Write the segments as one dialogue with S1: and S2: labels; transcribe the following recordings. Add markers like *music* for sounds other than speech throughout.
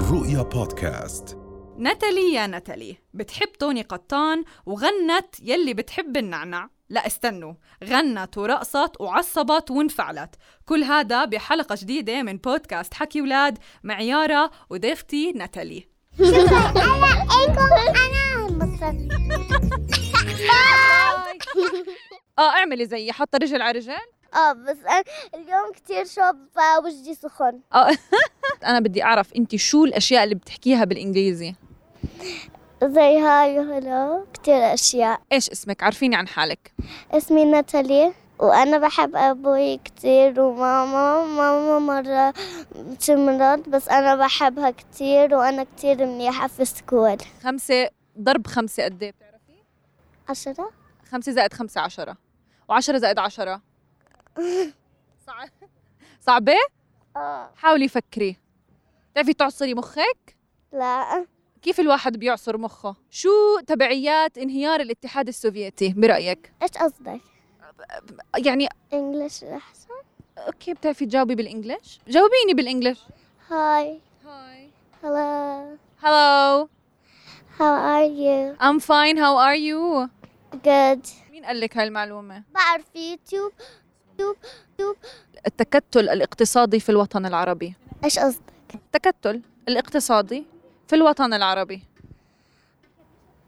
S1: الرؤيا بودكاست
S2: نتالي يا نتالي بتحب توني قطان وغنت يلي بتحب النعنع لا استنوا غنت ورقصت وعصبت وانفعلت كل هذا بحلقة جديدة من بودكاست حكي ولاد مع يارا وضيفتي *laughs* نتالي
S3: شكرا انا اكل انا انبسطت
S2: اه اعملي زيي حط رجل على رجل
S3: اه بس أنا اليوم كتير شوب وجدي سخن
S2: آه. *laughs* انا بدي اعرف انت شو الاشياء اللي بتحكيها بالانجليزي
S3: زي هاي هلا كتير اشياء
S2: ايش اسمك عارفيني عن حالك
S3: اسمي ناتالي وانا بحب ابوي كتير وماما ماما مرة تمرض بس انا بحبها كتير وانا كتير منيحة في السكول
S2: خمسة ضرب خمسة قد ايه بتعرفي
S3: عشرة
S2: خمسة زائد خمسة عشرة وعشرة زائد عشرة صعب صعبة
S3: اه
S2: حاولي فكري بتعرفي تعصري مخك
S3: لا
S2: كيف الواحد بيعصر مخه شو تبعيات انهيار الاتحاد السوفيتي برأيك
S3: ايش قصدك؟
S2: يعني
S3: انجلش احسن
S2: اوكي بتعرفي تجاوبي بالانجلش جاوبيني بالانجلش
S3: هاي
S2: هاي
S3: hello
S2: hello
S3: how are you
S2: I'm fine how are you
S3: good
S2: مين قال لك هاي المعلومة
S3: بعرف يوتيوب
S2: التكتل الاقتصادي في الوطن العربي
S3: ايش قصدك؟
S2: التكتل الاقتصادي في الوطن العربي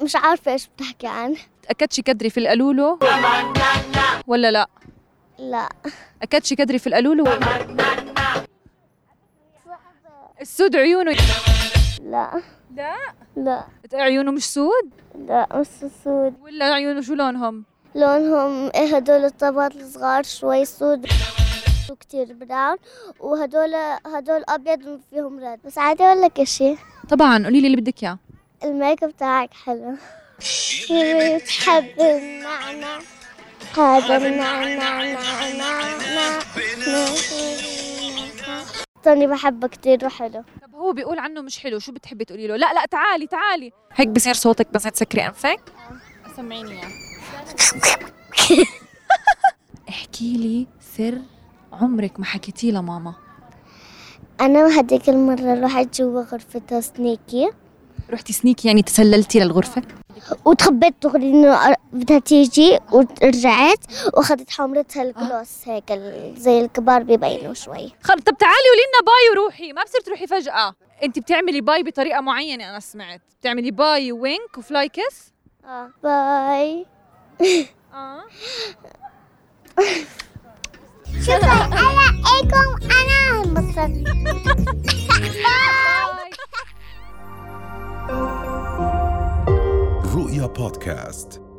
S3: مش عارفة ايش بتحكي عنه
S2: اكدش كدري في القلولو ولا لا
S3: لا
S2: اكدش كدري في القلولو السود عيونه
S3: لا
S2: لا
S3: لا
S2: عيونه مش سود
S3: لا مش سود
S2: ولا عيونه شو لونهم
S3: لونهم إيه، هدول الطبقات الصغار شوي سود وكتير براون وهدول هدول ابيض فيهم رد بس عادي ولا كشي
S2: طبعا قولي لي اللي بدك اياه
S3: الميك اب تاعك حلو اللي بتحب النعنع هذا النعنع نعنع نعنع توني بحبه كتير وحلو
S2: طب هو بيقول عنه مش حلو شو بتحبي تقولي له لا لا تعالي تعالي هيك بصير صوتك بس تسكري انفك سمعيني اياه *laughs* احكي لي سر عمرك ما حكيتيه لماما
S3: أنا هديك المرة رحت جوا غرفة سنيكي
S2: رحتي سنيك يعني تسللتي للغرفة
S3: وتخبيت دغري إنه بدها تيجي ورجعت وأخذت حمرتها الجلوس هيك ال- زي الكبار بيبينوا شوي
S2: خل طب تعالي قولي لنا باي وروحي ما بصير تروحي فجأة انت بتعملي باي بطريقة معينة انا سمعت بتعملي باي وينك وفلاي كيس
S3: Ờ, باي
S2: اه
S3: شكرا أنا إيكم أنا انبسطت
S2: باي
S1: رؤيا بودكاست